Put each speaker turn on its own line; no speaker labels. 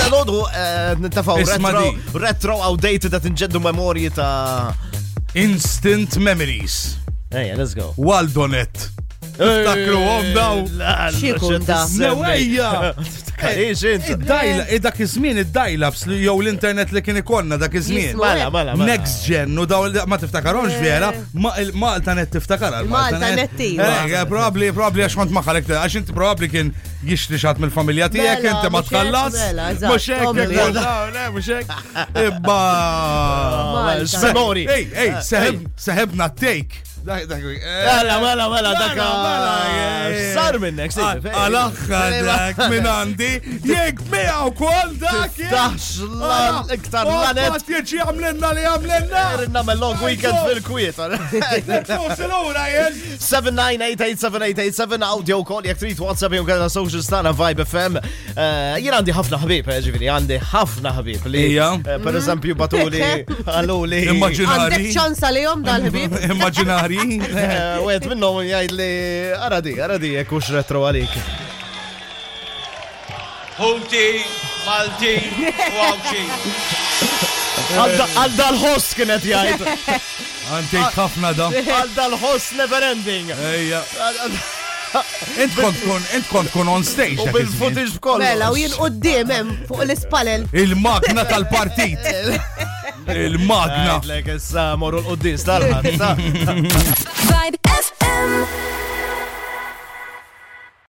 noqogħdu nittafaw
Isma'
eh, retro
di.
retro outdated qed inġeddu memorji ta'
Instant Memories.
Ejja, let's go.
Waldonet. Takru għom daw.
Eh,
Xikun da?
Newejja!
Ix int.
Id-dajla, id-dak iż-żmien id-dajlaps li- jew l-internet li kien ikonna dak iż-żmien.
Mela, mela, mela.
Next gen, u daw li- ma tiftakarhomx vera, ma- il-Malta net tiftakara.
Il-Malta net
Eh,
iva.
Probabli, probabli għax kont maħalek, għax inti probabli kien jixtri xat mill-familja tiegħek,
Mela,
inti ma
mhux hekk,
tħallas.
mela, eżatt,
Mhux hekk,
ommi.
jekk daw, daw, le, mhux hekk. Imma.
Malta.
Malta. Memori.
Ej, ej, seħeb- seħebna take. Dak- dak- eh,
Mela, mela, mela, dak.
Mela, mela, eh,
Sar minnek, si.
Għal-axħa dak minn għandi, jek mija u kol dak! Ah,
Tax l-iktar lanet.
Jieċi għamlenna li għamlenna!
Rinna me long weekend fil-kwiet.
Sinura jen!
7988787 audio call jek trid WhatsApp jew kellha social stana Vibe FM. Eh, Jien għandi ħafna ħbieb, eh, ġifieri għandi ħafna ħbieb li
Ija.
eh, per eżempju batuli għaluli.
Immaġinari!
Għandek ċansa li jom dal-ħbib?
Immaġinari!
Eh, Wet minnhom jgħid li ara di, ara di jekk hux retro għalik.
Huti, Malti, u Hawti.
Għal dal-ħoss kienet jgħid. Ah.
Għantik ħafna da!
Għal dal-ħoss never ending.
Ejja!
Għal- għal-
Int kont kun, int kont kun on stage!
U
dak iż-żmien.
bil-footage b'kollu.
Mela, u jien qoddim hemm fuq l-ispalel.
Il-magna tal-partit! Il-magna!
Għajdlek, issa morru l-qoddis, tal-ħat,
Vibe